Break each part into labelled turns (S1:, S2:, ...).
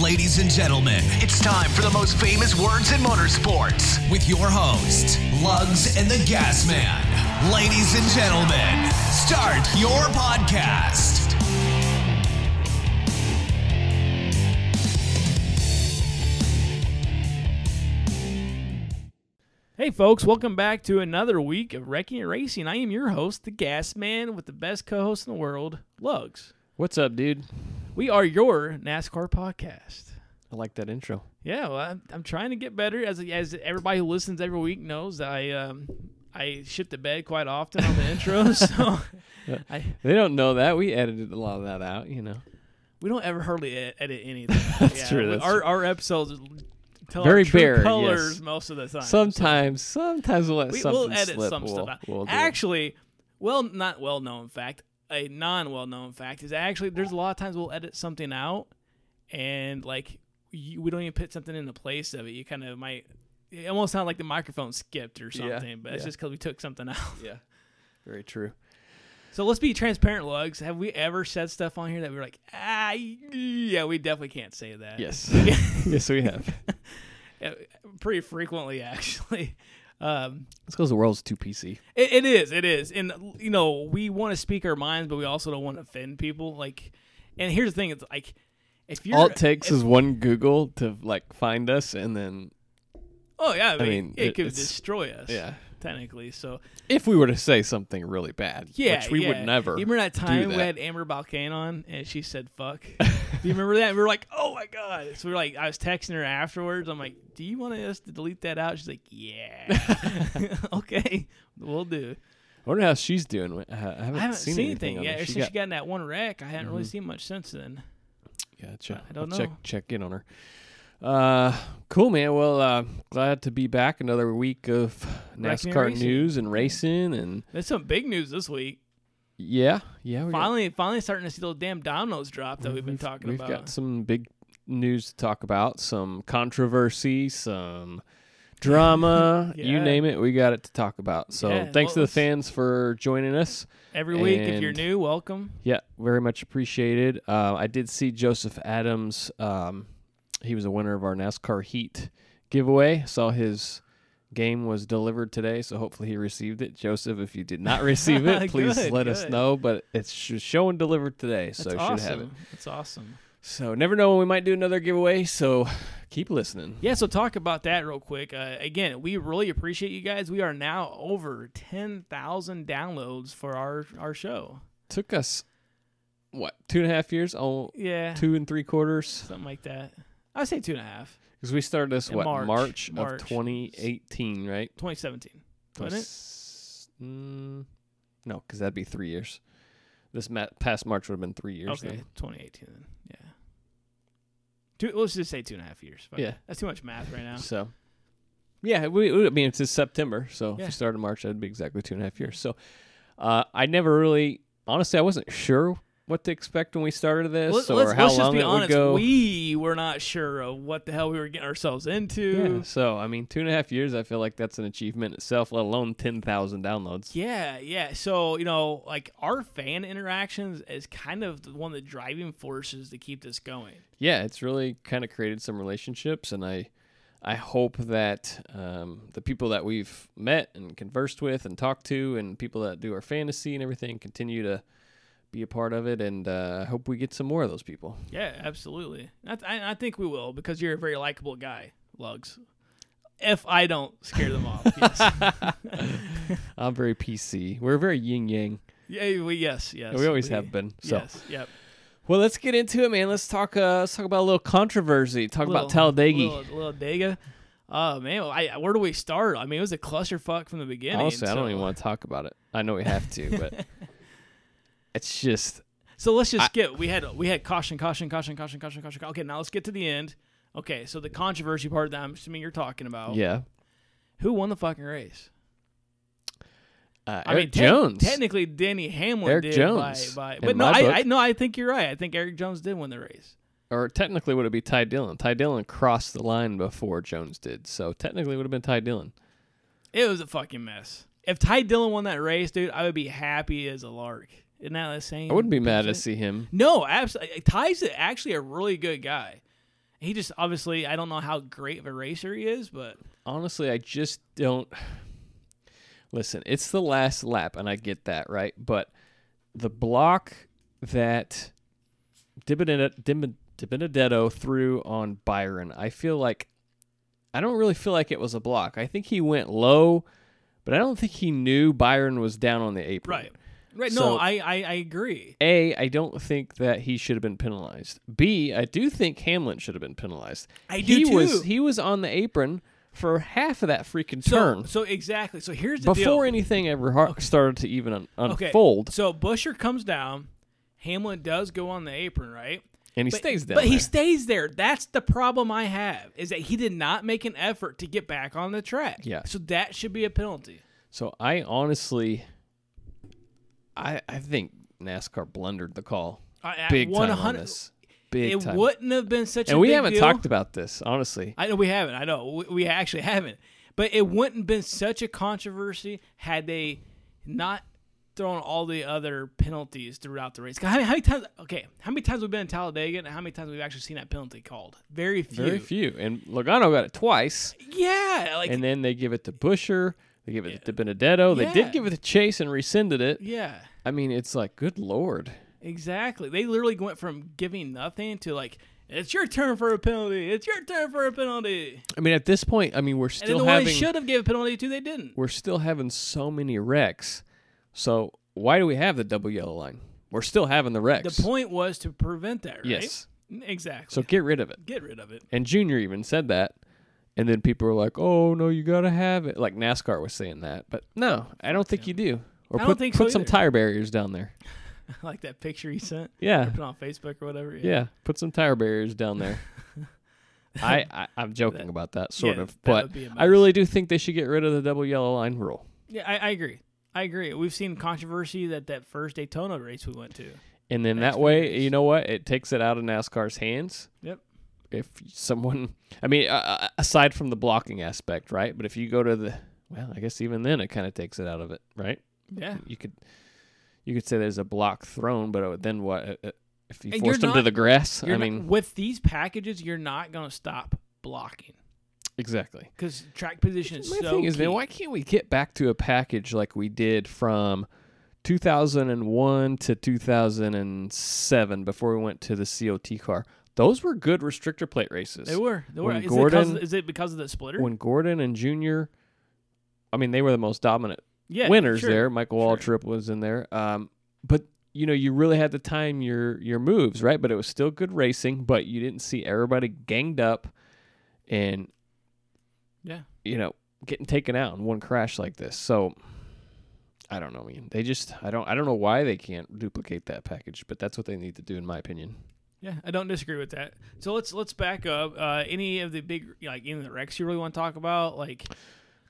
S1: ladies and gentlemen, it's time for the most famous words in motorsports with your host, Lugs and the Gas Man. Ladies and gentlemen, start your podcast.
S2: Hey, folks, welcome back to another week of Wrecking and Racing. I am your host, the Gas Man, with the best co host in the world, Lugs.
S3: What's up, dude?
S2: We are your NASCAR podcast.
S3: I like that intro.
S2: Yeah, well, I'm, I'm trying to get better. As as everybody who listens every week knows, I um, I shit the bed quite often on the intro, so I,
S3: They don't know that. We edited a lot of that out, you know.
S2: we don't ever hardly e- edit anything.
S3: That's true, that's
S2: our
S3: true.
S2: our episodes tell
S3: Very
S2: our true
S3: bare,
S2: colors
S3: yes.
S2: most of the time.
S3: Sometimes, sometimes we'll let
S2: we
S3: something
S2: will edit
S3: slip.
S2: some
S3: We'll-
S2: stuff out.
S3: we'll do it.
S2: actually, well, not well known fact, a non well known fact is actually there's a lot of times we'll edit something out, and like you, we don't even put something in the place of it. You kind of might. It almost sounded like the microphone skipped or
S3: Yeah,
S2: something, but it's
S3: yeah.
S2: just because we took something out.
S3: yeah, very true.
S2: So let's be transparent, Lugs. Have we ever said stuff on here that we were like, ah, yeah, we definitely can't say that?
S3: Yes, yes, we have.
S2: Uh, Pretty frequently, actually. Um,
S3: It's because the world's too PC.
S2: It, it is. It is. And you know, we want to speak our minds, but we also don't want to offend people. Like, and here's the thing: it's like if you're
S3: All it takes
S2: if-
S3: is one Google to like find us, and then
S2: oh yeah, I mean,
S3: mean,
S2: it,
S3: it-
S2: could
S3: it's-
S2: destroy us.
S3: yeah,
S2: technically. So
S3: if we were to say something really bad,
S2: yeah,
S3: which we
S2: yeah.
S3: would never.
S2: You remember that time we
S3: that.
S2: had Amber Balkan on and she said "fuck"? do you remember that? And we were like, "Oh my god!" So we were like, I was texting her afterwards. I'm like, "Do you want us to delete that out?" She's like, "Yeah, okay, we'll do."
S3: I wonder how she's doing. I haven't,
S2: I haven't seen, anything.
S3: on
S2: Yeah,
S3: her.
S2: ever
S3: She Mm-hmm.
S2: since she got in that one wreck, I hadn't really seen much since then.
S3: Gotcha.
S2: I don't
S3: I'll Check
S2: know.
S3: check in on her. Uh, cool, man. Well, uh, glad to be back. Another week of
S2: Wrecking and
S3: NASCAR
S2: racing.
S3: news and racing, and
S2: There's some big news this week.
S3: yeah, yeah. We
S2: Finally, finally starting to see those damn dominoes drop that we've been
S3: got,
S2: talking
S3: we've
S2: about.
S3: got some big news to talk about. Some controversy, some drama. You
S2: Yeah.
S3: name it, we got it to talk about. So
S2: Yeah,
S3: thanks to
S2: well,
S3: the fans for joining us.
S2: Every week, if you're
S3: and-
S2: new, welcome.
S3: Yeah, very much appreciated. Uh, I did see Joseph Adams. Um, he was a winner of our NASCAR Heat giveaway. Saw his game was delivered today, so hopefully he received it. Joseph, if you did not receive it, please
S2: Good,
S3: let us
S2: good.
S3: know. But it's sh- showing delivered today, so
S2: That's
S3: should
S2: awesome.
S3: have it.
S2: That's awesome.
S3: So never know when we might do another giveaway. So keep listening.
S2: Yeah, so talk about that real quick. Uh, again, we really appreciate you guys. We are now over 10,000 downloads for our, our show.
S3: Took us what two and a half years? Oh,
S2: Yeah,
S3: two and three quarters.
S2: something like that. I'd say two and a half.
S3: Because we started this
S2: In
S3: what
S2: March.
S3: of
S2: March.
S3: 2018, right?
S2: 2017. Wasn't it?
S3: Twice- Mm, no, because that'd be three years. This ma- past March would have been three years.
S2: Okay,
S3: then.
S2: 2018 then. Yeah. Two, let's just say two and a half years. Fuck it.
S3: Yeah.
S2: That's too much math right now.
S3: So, yeah, we, we- I mean, it's just September. So if
S2: Yeah.
S3: you started in March, that'd be exactly two and a half years. So uh, I never really, honestly, I wasn't sure what to expect when we started this
S2: Let-
S3: or
S2: let's,
S3: how
S2: let's
S3: long
S2: just be
S3: it
S2: honest.
S3: would go.
S2: We were not sure of what the hell we were getting ourselves into.
S3: yeah, so, I mean, two and a half years, I feel like that's an achievement itself, let alone 10,000 downloads.
S2: Yeah, yeah. So, you know, like our fan interactions is kind of the- one of the driving forces to keep this going.
S3: yeah, it's really kind of created some relationships, and I I hope that um, the people that we've met and conversed with and talked to, and people that do our fantasy and everything, continue to be a part of it, and uh, I hope we get some more of those people.
S2: Yeah, absolutely. I, th- I, I think we will because you're a very likable guy, Lugs. If I don't scare them off, yes.
S3: I'm very PC. We're very yin yang.
S2: Yeah, we, yes, yes.
S3: We always have been. So
S2: Yes, yep.
S3: well, let's get into it, man. Let's talk. Uh, let's talk about a little controversy. Talk about
S2: Little-
S3: Talladega.
S2: Little, little Dega. Oh man, well, I, where do we start? I mean, it was a clusterfuck from the beginning.
S3: Honestly, I
S2: so-
S3: don't even want to talk about it. I know we have to, but it's just
S2: So let's just get we had we had caution, caution, caution, caution, caution, caution. Okay, now let's get to the end. Okay, so the controversy part that I'm assuming you're talking about.
S3: yeah.
S2: Who won the fucking race?
S3: Uh,
S2: I
S3: Eric
S2: mean, te-
S3: Jones.
S2: Technically, Danny Hamlin
S3: Eric
S2: did
S3: Jones,
S2: by, by
S3: in
S2: but no,
S3: my book.
S2: I, I no, I think you're right. I think Eric Jones did win the race.
S3: or technically would it be Ty Dillon? Ty Dillon crossed the line before Jones did, so technically it would have been Ty Dillon.
S2: It was a fucking mess. If Ty Dillon won that race, dude, I would be happy as a lark. Isn't that the same?
S3: I wouldn't be mad to
S2: bullshit?
S3: see him.
S2: No, absolutely. Ty's actually a really good guy. He just obviously, I don't know how great of a racer he is, but
S3: honestly, I just don't. Listen, it's the last lap, and I get that, right? But the block that Dibenet- Dim- Benedetto threw on Byron, I feel like. I don't really feel like it was a block. I think he went low, but I don't think he knew Byron was down on the apron.
S2: right.
S3: So-
S2: no, I, I I agree.
S3: A, I don't think that he should have been penalized. B, I do think Hamlin should have been penalized.
S2: I do
S3: he
S2: too.
S3: Was, he was on the apron for half of that freaking
S2: So,
S3: turn
S2: So exactly. So here's the deal.
S3: before anything ever har- started to even un-
S2: Okay.
S3: unfold,
S2: So Busher comes down. Hamlin does go on the apron, right?
S3: and he
S2: But-
S3: stays down
S2: But he
S3: there.
S2: stays there. That's the problem I have is that he did not make an effort to get back on the track.
S3: Yeah.
S2: So that should be a penalty.
S3: so I honestly, I I think NASCAR blundered the call
S2: I- I-
S3: big time on
S2: 100
S3: this. Big
S2: it
S3: time.
S2: wouldn't have been such a
S3: and we
S2: big
S3: haven't
S2: deal.
S3: talked about this honestly.
S2: I know we haven't. I know we, we actually haven't. But it wouldn't have been such a controversy had they not thrown all the other penalties throughout the race. 'Cause How many, how many times? Okay, how many times we've been in Talladega, and how many times we've actually seen that penalty called? Very few.
S3: Very few, and Logano got it twice.
S2: Yeah, like
S3: and then they give it to Busher. They give it to Benedetto. They
S2: Yeah.
S3: did give it to Chase and rescinded it.
S2: yeah,
S3: I mean, it's like, good lord.
S2: exactly. They literally went from giving nothing to like. It's your turn for a penalty. It's your turn for a penalty.
S3: I mean, at this point, I mean, we're
S2: And then
S3: still
S2: the one they
S3: having
S2: should have given a penalty to, they didn't.
S3: we're still having so many wrecks. So why do we have the double yellow line? We're still having the wrecks.
S2: The point was to prevent that, right?
S3: Yes.
S2: Exactly.
S3: So get rid of it.
S2: get rid of it.
S3: And Junior even said that. And then people were like, "Oh no, you gotta have it." Like NASCAR was saying that, but no, I don't think you do. Or
S2: I
S3: put
S2: don't think so
S3: put some
S2: either.
S3: tire barriers down there.
S2: like that picture you sent.
S3: Yeah,
S2: Put on Facebook or whatever.
S3: Yeah, put some tire barriers down there. I, I I'm joking about that sort
S2: yeah,
S3: of,
S2: that
S3: but
S2: would be a
S3: I really do think they should get rid of the double yellow line rule.
S2: Yeah, I, I agree. I agree. We've seen controversy that that first Daytona race we went to.
S3: And then that way, you know what? It takes it out of NASCAR's hands.
S2: Yep.
S3: If someone, I mean, uh, uh, aside from the blocking aspect, right? But if you go to the, well, I guess even then it kind of takes it out of it, right?
S2: Yeah.
S3: You could, you could say there's a block thrown, but uh, then what? uh, uh, If you
S2: And you're
S3: forced them to
S2: not-
S3: the grass,
S2: You're
S3: I
S2: not-
S3: mean,
S2: with these packages, you're not going to stop blocking
S3: exactly.
S2: because track position is
S3: My
S2: so.
S3: thing is,
S2: key.
S3: man, why can't we get back to a package like we did from 2001 to 2007 before we went to the COT car? Those were good restrictor plate races.
S2: They were. They were.
S3: When
S2: Is, it
S3: Gordon-
S2: because, is it because of the splitter?
S3: When Gordon and Junior, I mean, they were the most dominant
S2: yeah.
S3: winners
S2: sure.
S3: there. Michael Waltrip was in there. Um, but you know, you really had to time your your moves, right? But it was still good racing. But you didn't see everybody ganged up, and
S2: Yeah.
S3: you know, getting taken out in one crash like this. So I don't know, man. They just I don't I don't know why they can't duplicate that package, but that's what they need to do in my opinion.
S2: Yeah, I don't disagree with that. So let's let's back up. Uh, any of the big like any of the wrecks you really want to talk about? Like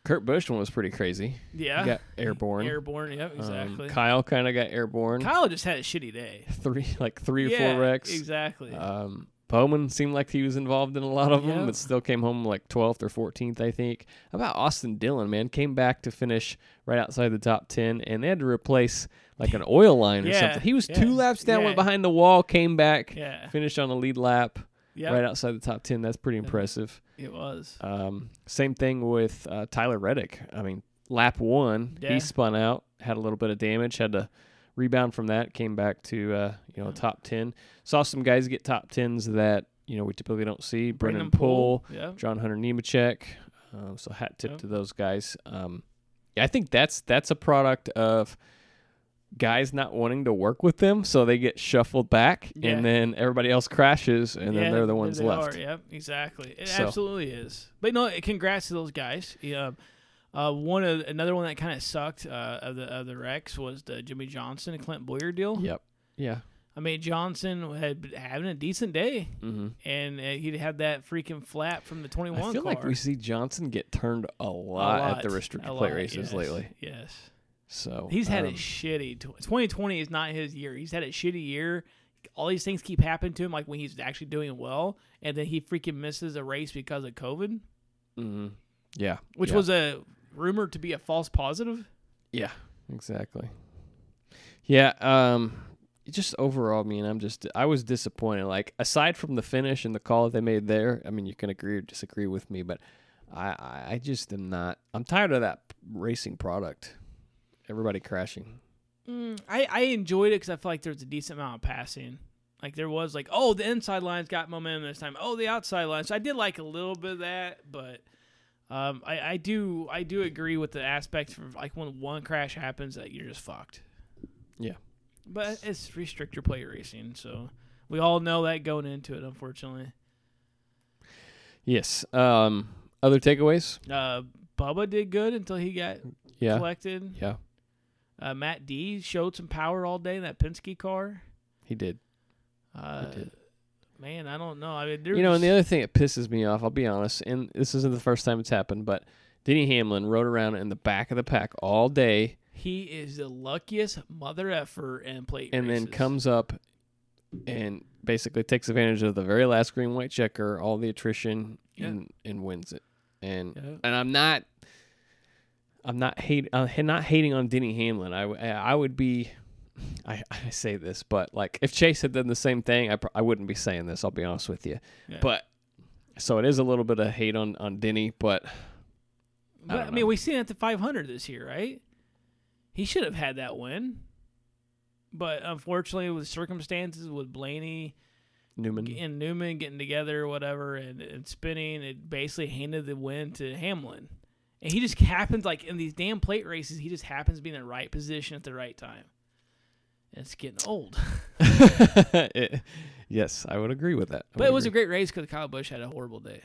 S3: Kurt Busch one was pretty crazy.
S2: yeah,
S3: He got airborne.
S2: airborne. Yeah,
S3: Um,
S2: Ah, exactly.
S3: Kyle kind of got airborne.
S2: Kyle just had a shitty day.
S3: three like three or
S2: Yeah,
S3: four wrecks.
S2: Exactly.
S3: Um, Bowman seemed like he was involved in a lot of them,
S2: Yeah.
S3: but still came home like 12th or 14th, I think. How about Austin Dillon, man? Came back to finish right outside the top 10, and they had to replace like an oil line or
S2: Yeah,
S3: something. He was
S2: yeah,
S3: two laps down, went
S2: yeah.
S3: behind the wall, came back,
S2: Yeah.
S3: finished on a lead lap
S2: yeah,
S3: right outside the top 10. That's pretty impressive.
S2: it was.
S3: Um, same thing with uh, Tyler Reddick. I mean, lap one,
S2: Yeah.
S3: he spun out, had a little bit of damage, had to rebound from that, came back to uh, you know top ten. Saw some guys get top tens that you know we typically don't see. Brendan Poole,
S2: Yeah.
S3: John Hunter Nemechek. Um, so hat tip
S2: Yep.
S3: to those guys. Um, yeah, I think that's that's a product of guys not wanting to work with them, so they get shuffled back,
S2: Yeah.
S3: and then everybody else crashes, and
S2: Yeah,
S3: then they're the
S2: there
S3: ones
S2: they
S3: left.
S2: Are. Yep, exactly. It
S3: So-
S2: absolutely is. But no, congrats to those guys. Yeah. Uh, one of another one that kind of sucked uh, of the of the Rex was the Jimmy Johnson and Clint Boyer deal.
S3: Yep. Yeah.
S2: I mean Johnson had been having a decent day,
S3: Mm-hmm.
S2: and uh, he'd had that freaking flap from the twenty one.
S3: I feel like we see Johnson get turned a lot, at the restricted play races
S2: yes,
S3: lately.
S2: Yes,
S3: So
S2: he's had
S3: um,
S2: a shitty. Twenty twenty is not his year. He's had a shitty year. All these things keep happening to him, like when he's actually doing well, and then he freaking misses a race because of COVID.
S3: mhm. yeah,
S2: which
S3: yeah,
S2: was a rumored to be a false positive.
S3: yeah, exactly. Yeah, um, just overall, I mean, I'm just I was disappointed. Like aside from the finish and the call they made there, I mean, you can agree or disagree with me, but I I I just am not. I'm tired of that racing product. Everybody crashing.
S2: I, I enjoyed it because I felt like there was a decent amount of passing. Like there was like, oh, the inside lines got momentum this time. Oh, the outside lines. So I did like a little bit of that, but um, I, I do I do agree with the aspect of like when one crash happens that you're just fucked.
S3: Yeah.
S2: But it's restrict your play racing, so we all know that going into it, unfortunately.
S3: Yes. Um. Other takeaways.
S2: Uh, Bubba did good until he got
S3: Yeah.
S2: collected.
S3: Yeah.
S2: Uh, Matt D showed some power all day in that Penske car.
S3: He did.
S2: Uh,
S3: did.
S2: Man, I don't know. I mean, there
S3: You know,
S2: was-
S3: and the other thing that pisses me off, I'll be honest, and this isn't the first time it's happened, but Denny Hamlin rode around in the back of the pack all day
S2: He is the luckiest mother effer and plate
S3: and then
S2: races.
S3: comes up and basically takes advantage of the very last green white checker, all the attrition,
S2: Yeah.
S3: and, and wins it. And
S2: Yeah.
S3: and I'm not I'm not hate I'm not hating on Denny Hamlin. I w- I would be I, I say this, but like if Chase had done the same thing, I, pr- I wouldn't be saying this. I'll be honest with you,
S2: Yeah.
S3: but so it is a little bit of hate on on Denny, but
S2: But, I,
S3: don't
S2: mean,
S3: know.
S2: we seen it at the 500 this year, right? He should have had that win, but unfortunately, with circumstances with Blaney
S3: Newman,
S2: and Newman getting together, whatever, and, and spinning, it basically handed the win to Hamlin. And he just happens like in these damn plate races, he just happens to be in the right position at the right time. And it's getting old.
S3: It- yes, I would agree with that. I
S2: But
S3: would
S2: it was a
S3: agree.
S2: great race because Kyle Bush had a horrible day.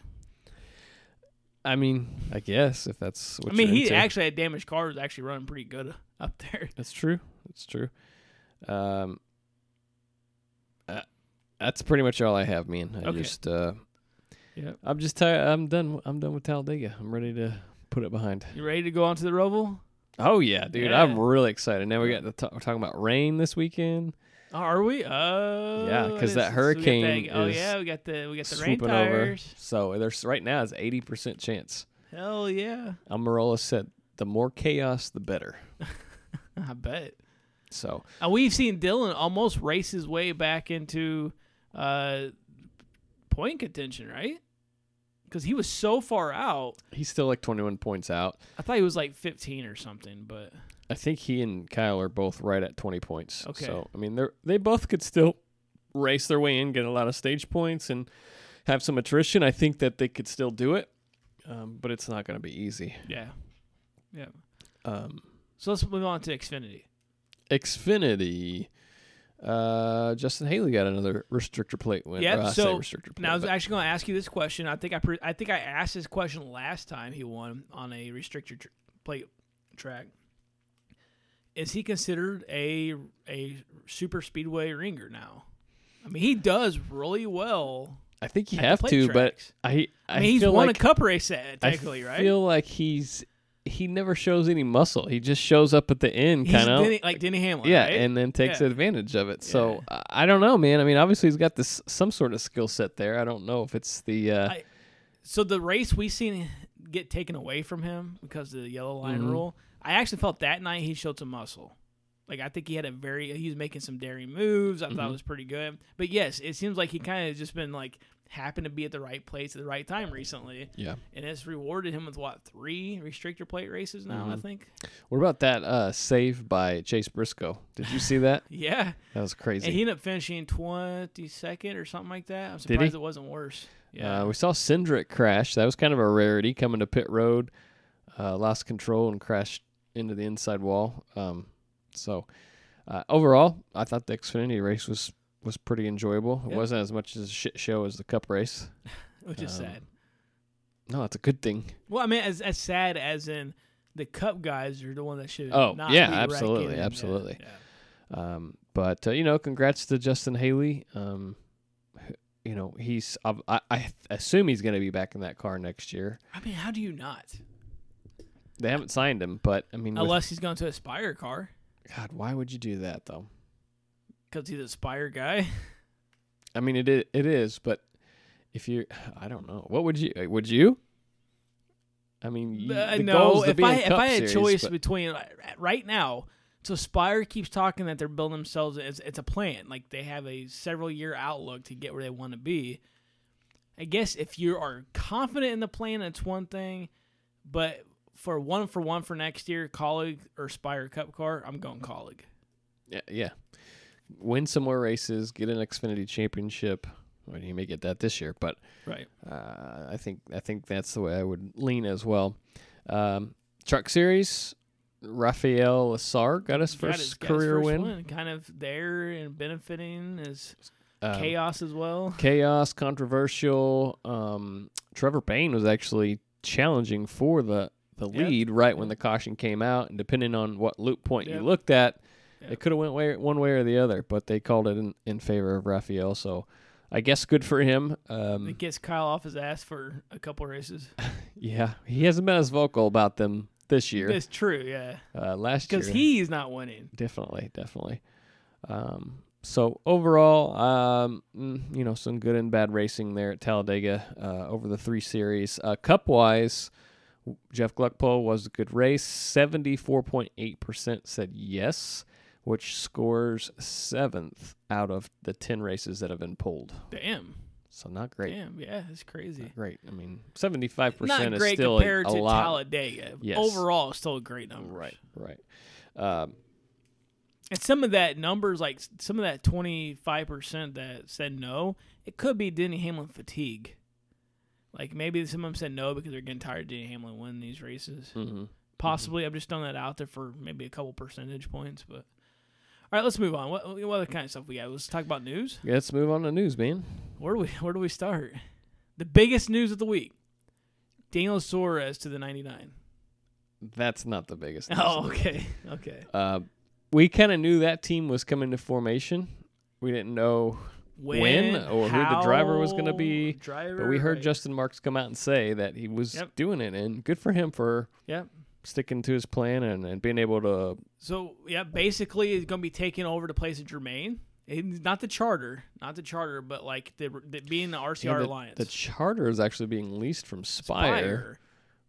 S3: I mean, I guess if that's what
S2: I mean,
S3: you're
S2: he
S3: into.
S2: actually had damaged cars actually running pretty good up there.
S3: That's true. That's true. Um, uh, that's pretty much all I have, man. I
S2: Okay.
S3: just, uh,
S2: Yeah.
S3: I'm just tired. I'm done. I'm done with Talladega. I'm ready to put it behind.
S2: You ready to go on to the Roval?
S3: Oh yeah, dude. I'm
S2: Yeah.
S3: really excited. Now we got the t- we're talking about rain this weekend.
S2: Are we? Oh,
S3: Yeah, 'cause
S2: it is- so we got
S3: that
S2: that-
S3: hurricane
S2: oh
S3: is
S2: yeah, we got the we got the rain
S3: swooping over.
S2: tires.
S3: So there's right now is 80% chance.
S2: Hell yeah,
S3: Almirola said the more chaos the better.
S2: I bet.
S3: So
S2: And Uh, we've seen Dylan almost race his way back into uh, point contention, right? Because he was so far out.
S3: he's still like 21 points out.
S2: I thought he was like 15 or something, but
S3: I think he and Kyle are both right at 20 points.
S2: Okay.
S3: So, I mean, they are they both could still race their way in, get a lot of stage points, and have some attrition. I think that they could still do it, um, but it's not going to be easy.
S2: yeah, yeah.
S3: Um,
S2: So let's move on to Xfinity.
S3: Xfinity. Uh, Justin Haley got another restrictor plate win.
S2: Yep,
S3: Or I say
S2: so
S3: restrictor plate,
S2: Now I was
S3: but
S2: actually going to ask you this question. I think I pre- I think I asked this question last time he won on a restricted tr- plate track. Is he considered a a super speedway ringer now? I mean, he does really well.
S3: I think you
S2: at the
S3: have
S2: plate
S3: to,
S2: tracks.
S3: but I I,
S2: I mean, he's
S3: feel
S2: won
S3: like
S2: a cup race at,
S3: I
S2: technically, right?
S3: feel like he's he never shows any muscle. He just shows up at the end,
S2: He's
S3: kind of
S2: Denny- like Denny Hamlin,
S3: yeah,
S2: right?
S3: and then takes
S2: Yeah.
S3: advantage of it. So I I don't know, man. I mean, obviously he's got this some sort of skill set there. I don't know if it's the uh,
S2: I- so the race we seen get taken away from him because of the yellow line
S3: Mhm.
S2: rule. I actually felt that night he showed some muscle. Like I think he had a very he was making some daring moves. I
S3: Mm-hmm.
S2: thought it was pretty good. But yes, it seems like he kind of just been like happened to be at the right place at the right time recently,
S3: yeah.
S2: and it's rewarded him with what three restrictor plate races now.
S3: Mm-hmm.
S2: I think.
S3: What about that uh, save by Chase Briscoe? Did you see that? Uh,
S2: Yeah,
S3: That was crazy.
S2: and he ended up finishing twenty second or something like that. I'm
S3: he?
S2: surprised it wasn't worse. Yeah,
S3: uh, we saw Cindric crash. That was kind of a rarity coming to pit road. Uh, lost control and crashed into the inside wall. Um, so uh, overall, I thought the Xfinity race was was pretty enjoyable. It
S2: Yeah.
S3: wasn't as much as a shit show as the Cup race.
S2: which is
S3: um,
S2: sad.
S3: No, that's a good thing.
S2: Well, I mean, as as sad as in the cup guys are the one that should.
S3: Oh,
S2: not
S3: yeah,
S2: be
S3: absolutely,
S2: wrecking and-
S3: absolutely.
S2: Yeah, yeah.
S3: Um, but uh, you know, congrats to Justin Haley. Um, h- you know, he's I, I- I assume he's going to be back in that car next year.
S2: I mean, how do you not?
S3: They haven't signed him, but I mean, with-
S2: Unless he's going to Aspire car
S3: God, why would you do that though?
S2: because he's an Aspire guy.
S3: I mean, it i- it is, but if you, I don't know, what would you uh, would you? I mean, you,
S2: I
S3: the
S2: know
S3: goal is to
S2: if
S3: be
S2: I
S3: in
S2: Uh, if
S3: Cup
S2: I had
S3: Series,
S2: choice
S3: but-
S2: between like, right now So Spire keeps talking that they're building themselves. It's, it's a plan. Like they have a several year outlook to get where they want to be. I guess if you are confident in the plan, that's one thing. But for one for one for next year, colleague or Spire Cup car, I'm going colleague.
S3: Yeah, yeah. Win some more races, get an Xfinity championship. Well, you may get that this year, but
S2: Right.
S3: uh, I think I think that's the way I would lean as well. Um, truck Series, Rafael Assar got his first career win.
S2: Kind of there and benefiting is
S3: Um,
S2: chaos as well.
S3: chaos, controversial. Um, Trevor Payne was actually challenging for the the
S2: Yep.
S3: lead right when the caution came out, and depending on what loop point
S2: Yep.
S3: you looked at,
S2: Yep.
S3: it could have went way, one way or the other. But they called it in, in favor of Raphael, so I guess good for him. Um,
S2: It gets Kyle off his ass for a couple races.
S3: yeah, he hasn't been as vocal about them this year.
S2: It's true, yeah,
S3: Uh, last year,
S2: because he's not winning.
S3: definitely, definitely. Um, so overall, um, mm, you know, some good and bad racing there at Talladega uh, over the three series. Uh, cup wise, Jeff Gluckpo was a good race. Seventy four point eight percent said yes, which scores seventh out of the ten races that have been pulled.
S2: Damn,
S3: So not great.
S2: damn, yeah, it's crazy.
S3: Great. I mean, seventy five
S2: Not
S3: percent is
S2: great
S3: still
S2: compared
S3: a, a
S2: to
S3: lot.
S2: Talladega.
S3: Yes.
S2: Overall, it's still a great number.
S3: Right. Right. Um,
S2: And some of that numbers, like s- some of that twenty five percent that said no, it could be Denny Hamlin fatigue. Like maybe some of them said no because they're getting tired of Denny Hamlin winning these races.
S3: mhm.
S2: Possibly, I'm just throwing that out there for maybe a couple percentage points. But all right, let's move on. What, what other kind of stuff we got? Let's talk about news.
S3: Yeah, Let's move on to news, man.
S2: Where do we Where do we start? The biggest news of the week: Daniel Suarez to the 99.
S3: That's not the biggest. news.
S2: Oh, okay, okay.
S3: Uh, we kind of knew that team was coming to formation. We didn't know, When or who the driver was gonna be,
S2: how, driver,
S3: but we heard
S2: like-
S3: Justin Marks come out and say that he was
S2: Yep.
S3: doing it, and good for him for
S2: Yeah.
S3: sticking to his plan and, and being able to.
S2: So yeah, basically, he's gonna be taking over the place of Jermaine. And not the charter, not the charter, but like the, the being the RCR
S3: Yeah, the,
S2: alliance.
S3: the charter is actually being leased from Spire,
S2: Fire.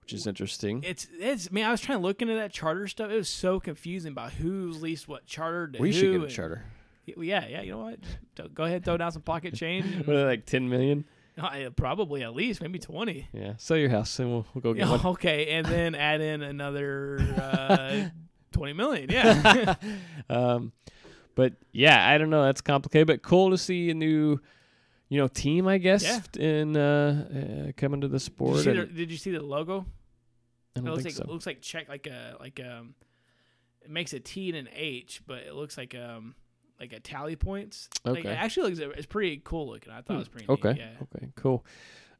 S3: which is interesting.
S2: It's it's. Man, I was trying to look into that charter stuff. It was so confusing about who's leased what charter. To
S3: we
S2: who
S3: should get a
S2: and-
S3: charter.
S2: Yeah, yeah. You know what? Just Go ahead, throw down some pocket change. and-
S3: What are they, like ten million?
S2: Uh, probably at least maybe 20
S3: Yeah, sell your house and we'll, we'll go get
S2: Yeah,
S3: one.
S2: okay and then add in another uh, 20 million yeah
S3: Um, but yeah, I don't know. That's complicated, but cool to see a new, you know, team. I guess in uh, uh, coming to the
S2: did,
S3: sport.
S2: you see
S3: and
S2: the, did you see the logo
S3: I
S2: it
S3: don't
S2: looks
S3: think
S2: like it
S3: so.
S2: looks like check like a like um it makes a t and an h but it looks like um like a tally points like,
S3: Okay. Hmm,
S2: it actually looks it's pretty cool looking i thought it was pretty
S3: Okay.
S2: neat. yeah
S3: Okay. Cool.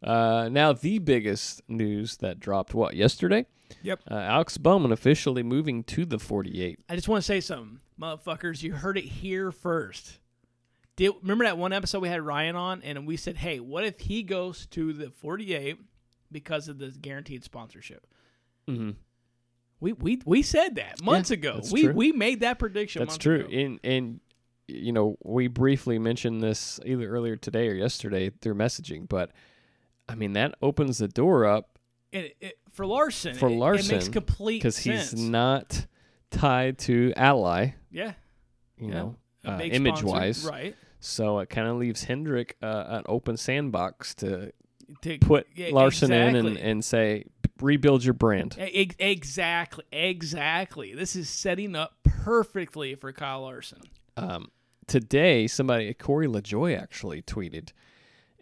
S3: Uh, now the biggest news that dropped what yesterday?
S2: Yep.
S3: Uh, Alex Bowman officially moving to the 48.
S2: i just want to say something motherfuckers you heard it here first did, remember that one episode we had Ryan on, and we said, "Hey, what if he goes to the 48 because of the guaranteed sponsorship?"
S3: Mm-hmm.
S2: We we we said that months ago.
S3: that's
S2: We
S3: true.
S2: we made that prediction.
S3: That's
S2: months
S3: true.
S2: ago.
S3: And and you know we briefly mentioned this either earlier today or yesterday through messaging, but I mean that opens the door up
S2: And it, it, for Larson,
S3: For
S2: it- it makes
S3: Larson,
S2: complete
S3: because
S2: sense.
S3: he's not tied to Ally,
S2: yeah,
S3: you
S2: Yeah.
S3: know,
S2: a
S3: uh,
S2: big
S3: image
S2: sponsor,
S3: wise.
S2: right?
S3: So it kind of leaves Hendrick uh, an open sandbox to
S2: To
S3: put
S2: yeah,
S3: Larson in and,
S2: exactly.
S3: and say, rebuild your brand.
S2: E- ex- exactly, exactly. This is setting up perfectly for Kyle Larson.
S3: Um, today, somebody, Corey LaJoy, actually tweeted,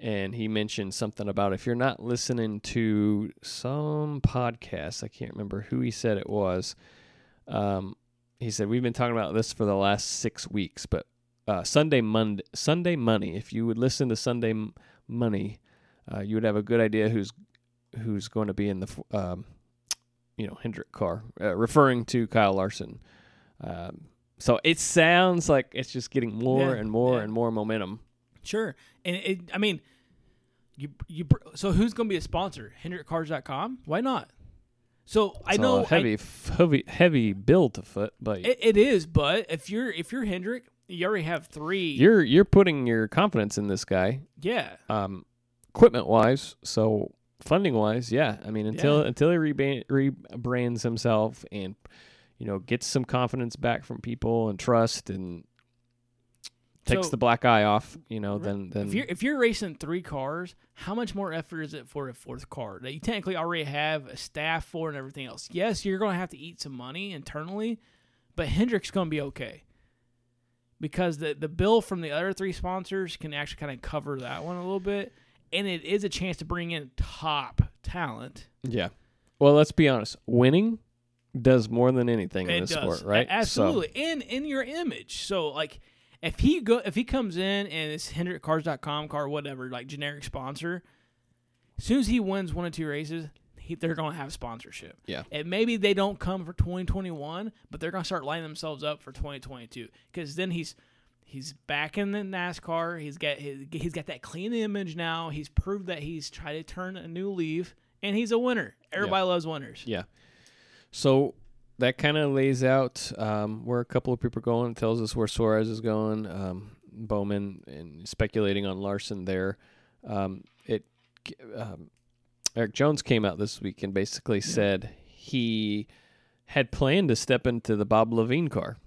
S3: and he mentioned something about if you're not listening to some podcast, I can't remember who he said it was. Um, he said we've been talking about this for the last six weeks, but uh, Sunday Monday, Sunday Money. If you would listen to Sunday M- Money, uh, you would have a good idea who's who's going to be in the f- um, you know Hendrick car, uh, referring to Kyle Larson. Um, so it sounds like it's just getting more
S2: Yeah,
S3: and more
S2: yeah.
S3: and more momentum.
S2: Sure, and it, I mean, you you. br- So who's going to be a sponsor? HendrickCars.com? Why not? So I
S3: So
S2: know
S3: a
S2: I-
S3: heavy, f- heavy, heavy bill to foot, but
S2: it, it is, but if you're if you're Hendrick, you already have 3
S3: you're you're putting your confidence in this guy,
S2: yeah.
S3: um, equipment wise. So funding wise, yeah. I mean, until
S2: Yeah.
S3: until he reba- rebrands himself and you know, gets some confidence back from people and trust and takes
S2: So-
S3: the black eye off, you know, then then
S2: If you're if you're racing three cars, how much more effort is it for a fourth car that you technically already have a staff for and everything else? Yes, you're going to have to eat some money internally, but Hendrick's going to be okay because the the bill from the other three sponsors can actually kind of cover that one a little bit, and it is a chance to bring in top talent.
S3: yeah. Well, let's be honest. Winning does more than anything in
S2: It
S3: this
S2: does.
S3: sport, right?
S2: A- Absolutely. And in your image. So like if he go if he comes in and it's HendrickCars.com car, whatever, like generic sponsor, as soon as he wins one or two races, he, they're gonna have sponsorship.
S3: Yeah.
S2: And maybe they don't come for twenty twenty one, but they're gonna start lining themselves up for twenty twenty two. Because then he's he's back in the NASCAR. He's got his, he's got that clean image now. He's proved that he's tried to turn a new leaf, and he's a winner. Everybody loves winners.
S3: Yeah. So that kind of lays out um, where a couple of people are going. It tells us where Suarez is going, um, Bowman, and speculating on Larson there. Um, it um, Eric Jones came out this week and basically said he had planned to step into the Bob Levine car.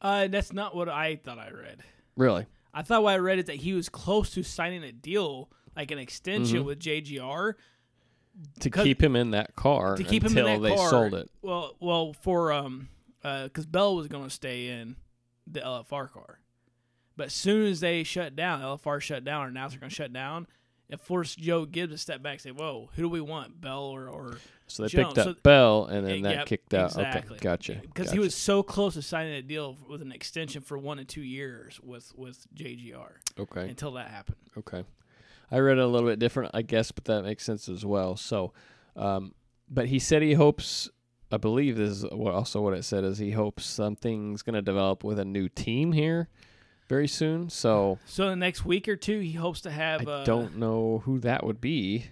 S2: Uh, that's not what I thought I read.
S3: Really?
S2: I thought what I read is that he was close to signing a deal, like an extension
S3: Mm-hmm.
S2: with JGR,
S3: To
S2: Because-
S3: keep him in that car
S2: to keep him
S3: until
S2: in that
S3: they
S2: car.
S3: sold it.
S2: Well, well, for um, because Bell was going to stay in the LFR car, but soon as they shut down, LFR shut down, or now they're going to shut down. It forced Joe Gibbs to step back and say, "Whoa, who do we want, Bell or or?"
S3: So they
S2: Jones.
S3: picked up
S2: So-
S3: Bell, and then
S2: Eh,
S3: that
S2: yep,
S3: kicked out.
S2: exactly.
S3: Okay, gotcha.
S2: Because
S3: gotcha.
S2: he was so close to signing a deal with an extension for one to two years with with JGR
S3: okay.
S2: until that happened.
S3: Okay. I read it a little bit different, I guess, but that makes sense as well. So, um, but he said he hopes, I believe this is what also what it said is he hopes something's going to develop with a new team here very soon. So
S2: So the next week or two, he hopes to have.
S3: I
S2: uh,
S3: don't know who that would be.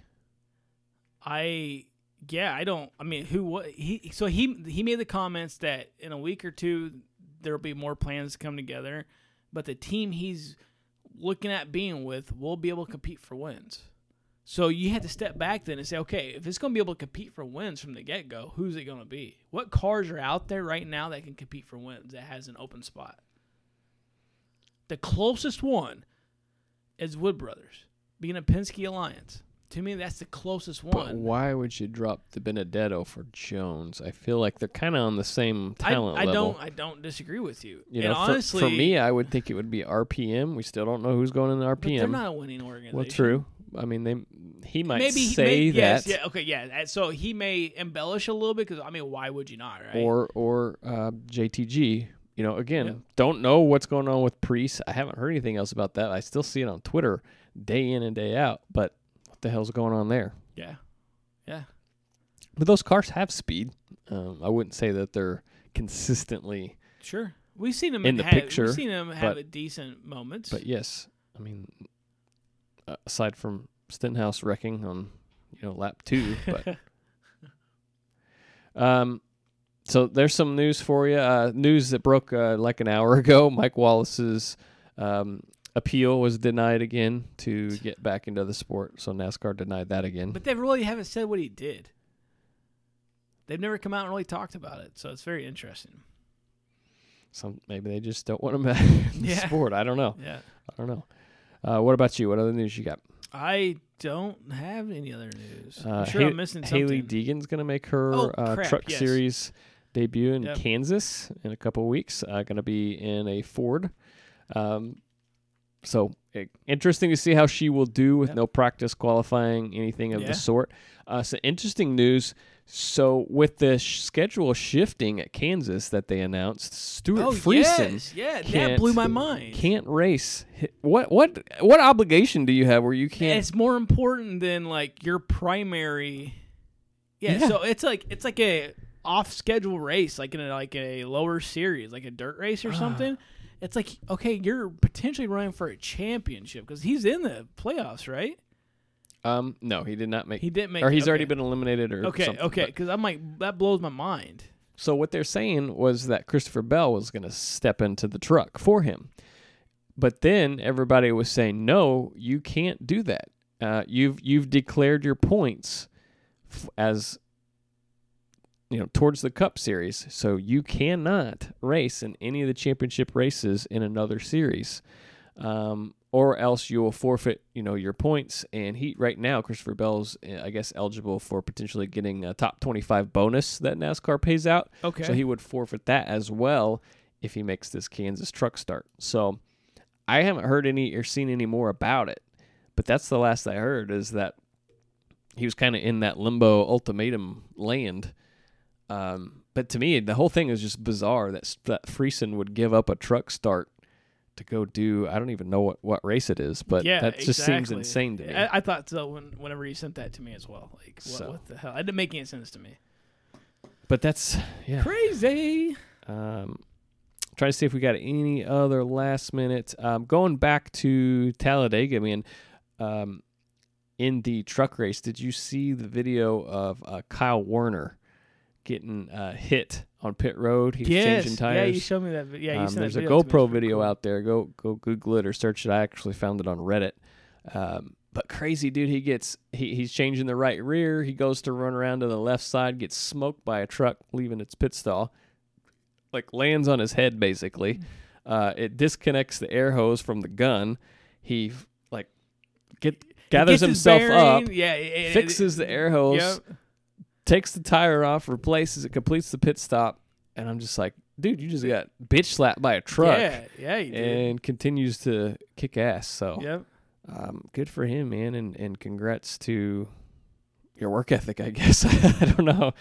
S2: I yeah, I don't. I mean, who what he? So he he made the comments that in a week or two there'll be more plans to come together, but the team he's looking at being with will be able to compete for wins. So you have to step back then and say, okay, if it's going to be able to compete for wins from the get go, who's it going to be? What cars are out there right now that can compete for wins that has an open spot? The closest one is Wood Brothers being a Penske Alliance. To me, that's the closest
S3: But
S2: one.
S3: why would you drop the Benedetto for Jones? I feel like they're kind of on the same
S2: I,
S3: talent
S2: I
S3: level.
S2: don't. I don't disagree with you.
S3: you know,
S2: and
S3: for,
S2: honestly,
S3: for me, I would think it would be RPM. We still don't know who's going in the
S2: but they're
S3: RPM.
S2: not a winning organization.
S3: well, true. I mean, they he might
S2: Maybe he-
S3: say
S2: maybe,
S3: that.
S2: yes, yeah. Okay. Yeah. that- So he may embellish a little bit because I mean, why would you not? Right.
S3: or or uh, JTG. You know, again,
S2: Yep.
S3: don't know what's going on with Priest. I haven't heard anything else about that. I still see it on Twitter day in and day out. But what the hell's going on there?
S2: yeah. Yeah.
S3: But those cars have speed. Um, I wouldn't say that they're consistently.
S2: Sure. We've seen him
S3: In the
S2: have,
S3: picture,
S2: We've seen him have
S3: but-
S2: a decent moments.
S3: But yes, I mean, uh, aside from Stenhouse wrecking on you know lap two, but um. So there's some news for you. Uh, news that broke uh, like an hour ago. Mike Wallace's um, appeal was denied again to get back into the sport. So NASCAR denied that again.
S2: But they really haven't said what he did. They've never come out and really talked about it, so it's very interesting.
S3: some maybe they just don't want him back in the
S2: Yeah.
S3: sport. I don't know.
S2: Yeah.
S3: I don't know. Uh, what about you? What other news you got?
S2: I don't have any other news.
S3: Uh,
S2: I'm sure
S3: Ha-
S2: I'm missing
S3: Haley
S2: something.
S3: Deegan's going to make her
S2: Oh,
S3: uh,
S2: crap,
S3: Truck
S2: yes.
S3: Series debut in
S2: Yep.
S3: Kansas in a couple weeks. Uh, going to be in a Ford. Um, so i- interesting to see how she will do with
S2: Yep.
S3: no practice qualifying, anything of
S2: Yeah.
S3: the sort. Uh, so interesting news. So with the sh- schedule shifting at Kansas that they announced, Stuart
S2: oh
S3: Friesen
S2: yes, yeah, that
S3: can't-
S2: blew my mind.
S3: can't race. Hi- What what what obligation do you have where you can't?
S2: It's more important than like your primary. Yeah,
S3: Yeah.
S2: so it's like it's like a off schedule race, like in a, like a lower series, like a dirt race or
S3: Ah.
S2: something. It's like okay, you're potentially running for a championship because he's in the playoffs, right?
S3: Um, no, he did not make.
S2: He didn't make-
S3: or he's
S2: okay.
S3: already been eliminated, or
S2: Okay,
S3: something,
S2: okay,
S3: but-
S2: because I'm like that blows my mind.
S3: so what they're saying was that Christopher Bell was going to step into the truck for him, but then everybody was saying, "No, you can't do that. Uh, you've you've declared your points f- as you know towards the cup series so you cannot race in any of the championship races in another series um, or else you will forfeit you know your points and he right now christopher bell's uh, i guess eligible for potentially getting a top 25 bonus that nascar pays out
S2: Okay.
S3: so he would forfeit that as well if he makes this kansas truck start so i haven't heard any or seen any more about it but that's the last i heard is that he was kind of in that limbo ultimatum land um, but to me, the whole thing is just bizarre that s- that Friesen would give up a truck start to go do I don't even know what, what race it is, but
S2: yeah,
S3: that just seems
S2: exactly.
S3: insane to me.
S2: I, I thought so when, whenever you sent that to me as well. Like, what,
S3: So.
S2: what the hell? It didn't make any sense to me.
S3: but that's yeah.
S2: Crazy.
S3: Um, trying to see if we got any other last minute. Um, going back to Talladega, man. Um, in the truck race, did you see the video of uh, Kyle Warner getting uh, hit on pit road? He was changing tires.
S2: Yeah, you showed me that. vi- Yeah, you
S3: Um,
S2: sent that
S3: there's a
S2: video to me. It's
S3: GoPro
S2: pretty
S3: video
S2: cool.
S3: out there. Go go Google it or search it. I actually found it on Reddit. Um, but crazy dude, he gets he, he's changing the right rear. He goes to run around to the left side, gets smoked by a truck leaving its pit stall. Like lands on his head basically.
S2: Mm.
S3: Uh, it disconnects the air hose from the gun. He like get
S2: He gets
S3: gathers
S2: his
S3: himself
S2: bearing,
S3: up,
S2: Yeah, it- it-
S3: fixes the air hose,
S2: Yep.
S3: takes the tire off, replaces it, completes the pit stop, and I'm just like, dude, you just got bitch slapped by a truck
S2: Yeah, yeah, you did.
S3: and continues to kick ass. So
S2: Yep.
S3: um, good for him, man, and and congrats to your work ethic, I guess. I don't know.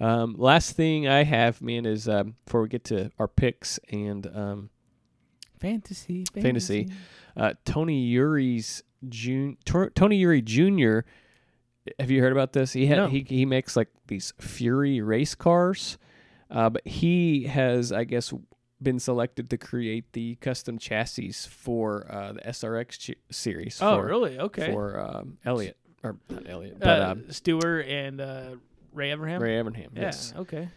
S3: Um, last thing I have, man, is um, before we get to our picks and um,
S2: Fantasy,
S3: fantasy. Uh, Tony Yuri's June Tor- Tony Yuri Jr. Have you heard about this? He had,
S2: No.
S3: he he makes like these Fury race cars, uh, but he has I guess been selected to create the custom chassis for uh, the SRX ch- series.
S2: Oh,
S3: for,
S2: really? Okay.
S3: For um, Elliot or not Elliot,
S2: uh,
S3: but um,
S2: Stewart and uh, Ray Abraham.
S3: Ray Abraham.
S2: yeah.
S3: Yes.
S2: Okay.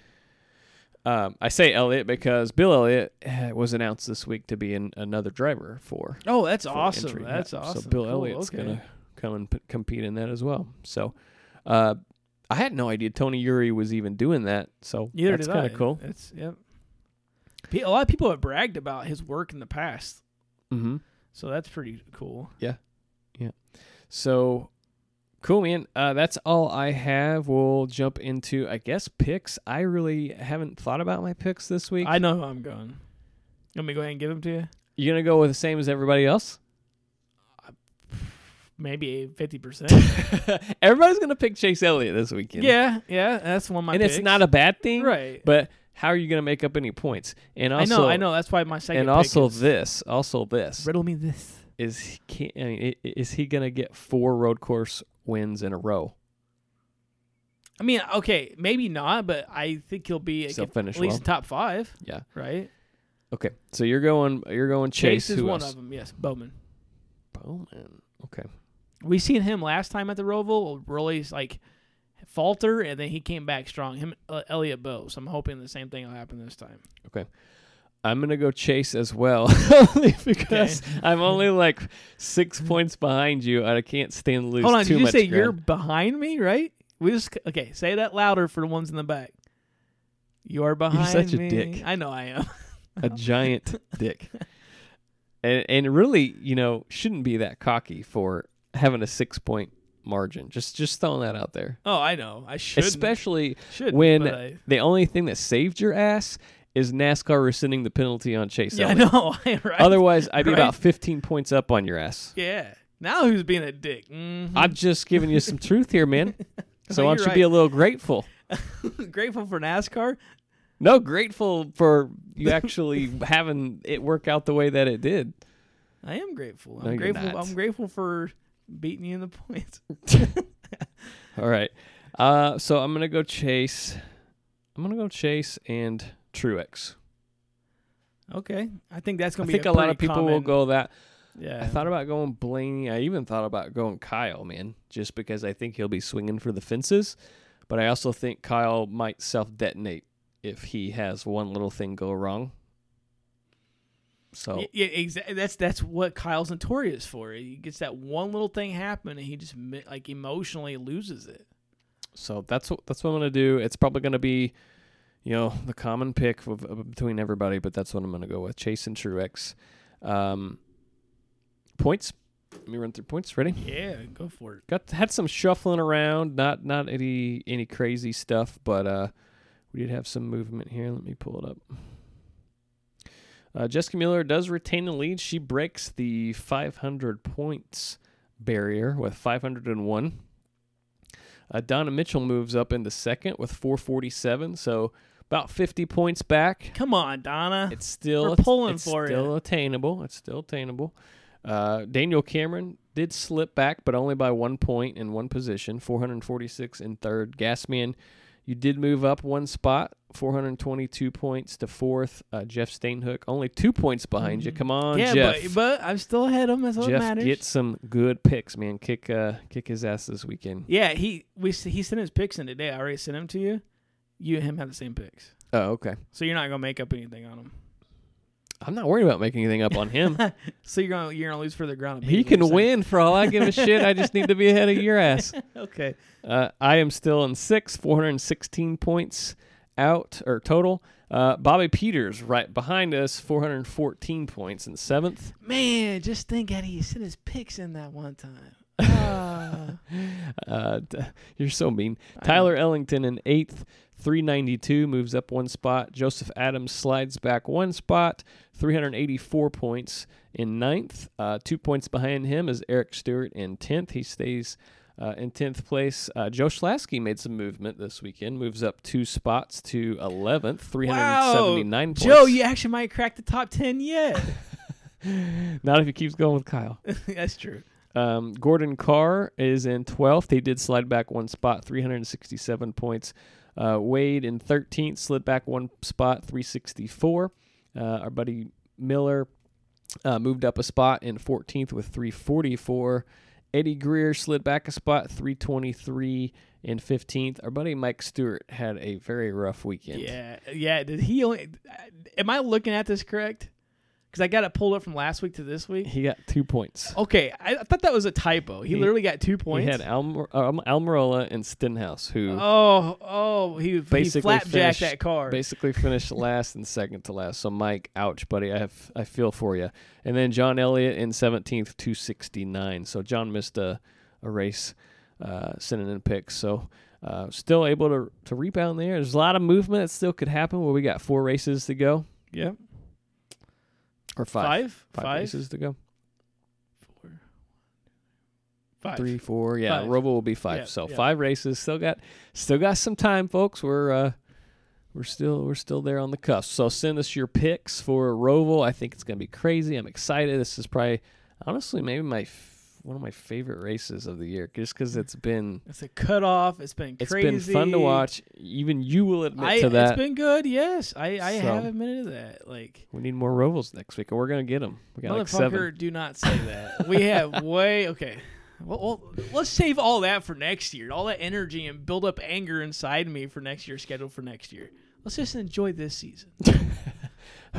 S3: Um, I say Elliot because Bill Elliott eh, was announced this week to be in another driver for
S2: Oh, that's
S3: for
S2: awesome.
S3: entry.
S2: That's
S3: Yeah.
S2: awesome.
S3: So Bill
S2: Cool,
S3: Elliott's
S2: okay.
S3: gonna come and p- compete in that as well. So, uh, I had no idea Tony Uri was even doing that. So
S2: Neither
S3: that's
S2: did
S3: kind
S2: I.
S3: of cool.
S2: That's yep. Pe- A lot of people have bragged about his work in the past,
S3: Mm-hmm.
S2: so that's pretty cool.
S3: So cool, man. Uh, that's all I have. We'll jump into, I guess, picks. I really haven't thought about my picks this week.
S2: I know who I'm going. You want me to go ahead and give them to you?
S3: you gonna go with the same as everybody else?
S2: Maybe fifty percent.
S3: Everybody's gonna pick Chase Elliott this weekend.
S2: Yeah, yeah, that's one of my.
S3: and it's
S2: picks.
S3: not a bad thing,
S2: right.
S3: But how are you gonna make up any points? And also,
S2: I know, I know. That's why my second.
S3: And
S2: pick
S3: also
S2: is-
S3: this, also this.
S2: riddle me this.
S3: is he can I mean, i- i- is he gonna get four road course wins in a row?
S2: I mean, okay, maybe not, but I think he'll be
S3: Still
S2: at,
S3: finish
S2: at least
S3: well.
S2: in top five,
S3: Yeah.
S2: right?
S3: Okay. So you're going you're going Chase,
S2: is
S3: who
S2: one
S3: else?
S2: of them. Yes, Bowman.
S3: Bowman. Okay.
S2: We seen him last time at the Roval really like falter, and then he came back strong. Him, uh, Elliot Bow. So I'm hoping the same thing will happen this time.
S3: Okay. I'm gonna go Chase as well, only because I'm only like six points behind you, and I can't stand to lose.
S2: Hold on,
S3: too
S2: did you
S3: much
S2: say you're
S3: ground.
S2: behind me? Right? We just okay. Say that louder for the ones in the back. You're behind
S3: such a
S2: me.
S3: dick.
S2: I know I am.
S3: a giant dick, and and really, you know, shouldn't be that cocky for having a six point margin. Just just throwing that out there,
S2: Oh, I know. I should.
S3: especially
S2: should
S3: when
S2: but I,
S3: the only thing that saved your ass is NASCAR rescinding the penalty on Chase
S2: yeah, I
S3: Elliott.
S2: know. right?
S3: Otherwise, I'd be
S2: Right.
S3: about 15 points up on your ass.
S2: Yeah. Now who's being a dick? Mhm.
S3: I'm just giving you some truth here, man. So
S2: No,
S3: why don't
S2: you're
S3: you be
S2: right.
S3: a little grateful?
S2: grateful for NASCAR.
S3: No, grateful for you actually having it work out the way that it did.
S2: I am grateful. I'm
S3: No, you're
S2: grateful.
S3: not.
S2: I'm grateful for beating you in the points.
S3: All right. Uh, so I'm gonna go Chase. I'm gonna go Chase and Truex.
S2: Okay. I think that's
S3: I
S2: gonna be.
S3: think a lot
S2: pretty
S3: of people will
S2: common-
S3: go that.
S2: Yeah.
S3: I thought about going Blaney. I even thought about going Kyle, man, just because I think he'll be swinging for the fences. But I also think Kyle might self detonate if he has one little thing go wrong. So
S2: Y- Yeah, exactly. That's that's what Kyle's notorious for. He gets that one little thing happen, and he just mi- like emotionally loses it.
S3: So that's what that's what I'm gonna do. It's probably gonna be, you know, the common pick of, of between everybody, but that's what I'm gonna go with. Chase and Truex. Um, points. Let me run through points. Ready?
S2: Yeah, go for it.
S3: Got had some shuffling around. Not not any any crazy stuff, but uh, we did have some movement here. Let me pull it up. Uh, Jessica Miller does retain the lead. She breaks the 500 points barrier with 501. Uh, Donna Mitchell moves up into second with 447, so about 50 points back.
S2: Come on, Donna.
S3: It's still
S2: We're
S3: it's-
S2: pulling
S3: it's
S2: for
S3: still
S2: ya.
S3: attainable. It's still attainable. Uh, Daniel Cameron did slip back, but only by one point in one position, 446 in third. Gasman, you did move up one spot, 422 points to fourth. Uh, Jeff Stainhook, only two points behind you. Come on,
S2: Mm-hmm. yeah,
S3: Jeff.
S2: but but I'm still ahead of him. That's all that
S3: Jeff,
S2: matters.
S3: get some good picks, man. Kick uh, kick his ass this weekend.
S2: yeah, he we s- he sent his picks in today. I already sent them to you. You and him have the same picks,
S3: Oh, okay.
S2: so you're not gonna make up anything on him.
S3: I'm not worried about making anything up on him.
S2: So you're gonna you're gonna lose further ground.
S3: he can win for all I give a shit. I just need to be ahead of your ass.
S2: Okay.
S3: Uh, I am still in sixth, 416 points out or total. Uh, Bobby Peters right behind us, 414 points in seventh.
S2: Man, just think that he sent his picks in that one time. Uh,
S3: Uh, t- you're so mean. Tyler Ellington in eighth, 392 moves up one spot. Joseph Adams slides back one spot, 384 points in ninth. Uh, two points behind him is Eric Stewart in 10th. He stays uh, in 10th place. Uh, Joe Schlasky made some movement this weekend, moves up two spots to 11th, 379 points.
S2: Joe, you actually might crack the top ten yet.
S3: Not if he keeps going with Kyle.
S2: That's true.
S3: Um, Gordon Carr is in 12th. He did slide back one spot, 367 points. Uh, Wade in 13th, slid back one spot, 364. Uh, our buddy Miller uh, moved up a spot in 14th with 344. Eddie Greer slid back a spot, 323 in 15th. Our buddy Mike Stewart had a very rough weekend.
S2: Yeah, yeah. Did he only? Am I looking at this correct? Because I got it pulled up from last week to this week.
S3: He got two points.
S2: Okay, I, I thought that was a typo. He, literally got two
S3: He
S2: points.
S3: had Alm- um, Almirola and Stenhouse, who
S2: oh, oh, he, he
S3: basically
S2: flapjacked
S3: finished-
S2: that car.
S3: Basically finished last and second to last. So Mike, ouch, buddy, I have I feel for you. And then John Elliott in seventeenth, two sixty nine. So John missed a a race, uh, sending in picks. So. Uh, still able to to rebound there. There's a lot of movement that still could happen. Where we got four races to go,
S2: yeah,
S3: or five,
S2: five,
S3: five
S2: five,
S3: races to go.
S2: four, five.
S3: Three, four, yeah.
S2: Five.
S3: Robo will be five.
S2: Yeah,
S3: so
S2: yeah.
S3: five races. Still got, still got some time, folks. We're uh, we're still we're still there on the cusp. So send us your picks for Roval. I think it's gonna be crazy. I'm excited. This is probably honestly maybe my f- one of my favorite races of the year, just because it's been
S2: It's a cutoff. It's been
S3: it's
S2: crazy.
S3: been fun to watch. Even you will admit
S2: I,
S3: to that.
S2: It's been good. Yes, I, I
S3: So.
S2: have admitted that. Like,
S3: we need more Rovals next week, and we're gonna get them. We got like
S2: motherfucker,
S3: seven.
S2: do not say that. we have way okay. Well, well, let's save all that for next year. All that energy and build up anger inside me for next year's schedule for next year. Let's just enjoy this season.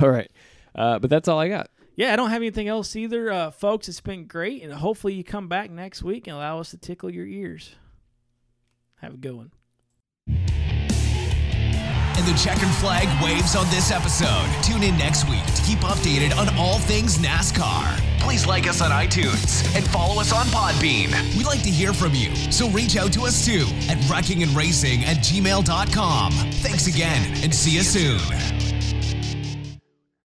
S3: All right, uh, but that's all I got.
S2: Yeah, I don't have anything else either, uh, folks. It's been great, and hopefully you come back next week and allow us to tickle your ears. Have a good one.
S1: And the checkered flag waves on this episode. Tune in next week to keep updated on all things NASCAR. Please like us on iTunes and follow us on Podbean. We'd like to hear from you, so reach out to us too at wreckingandracing at gmail.com. Thanks again and see you soon.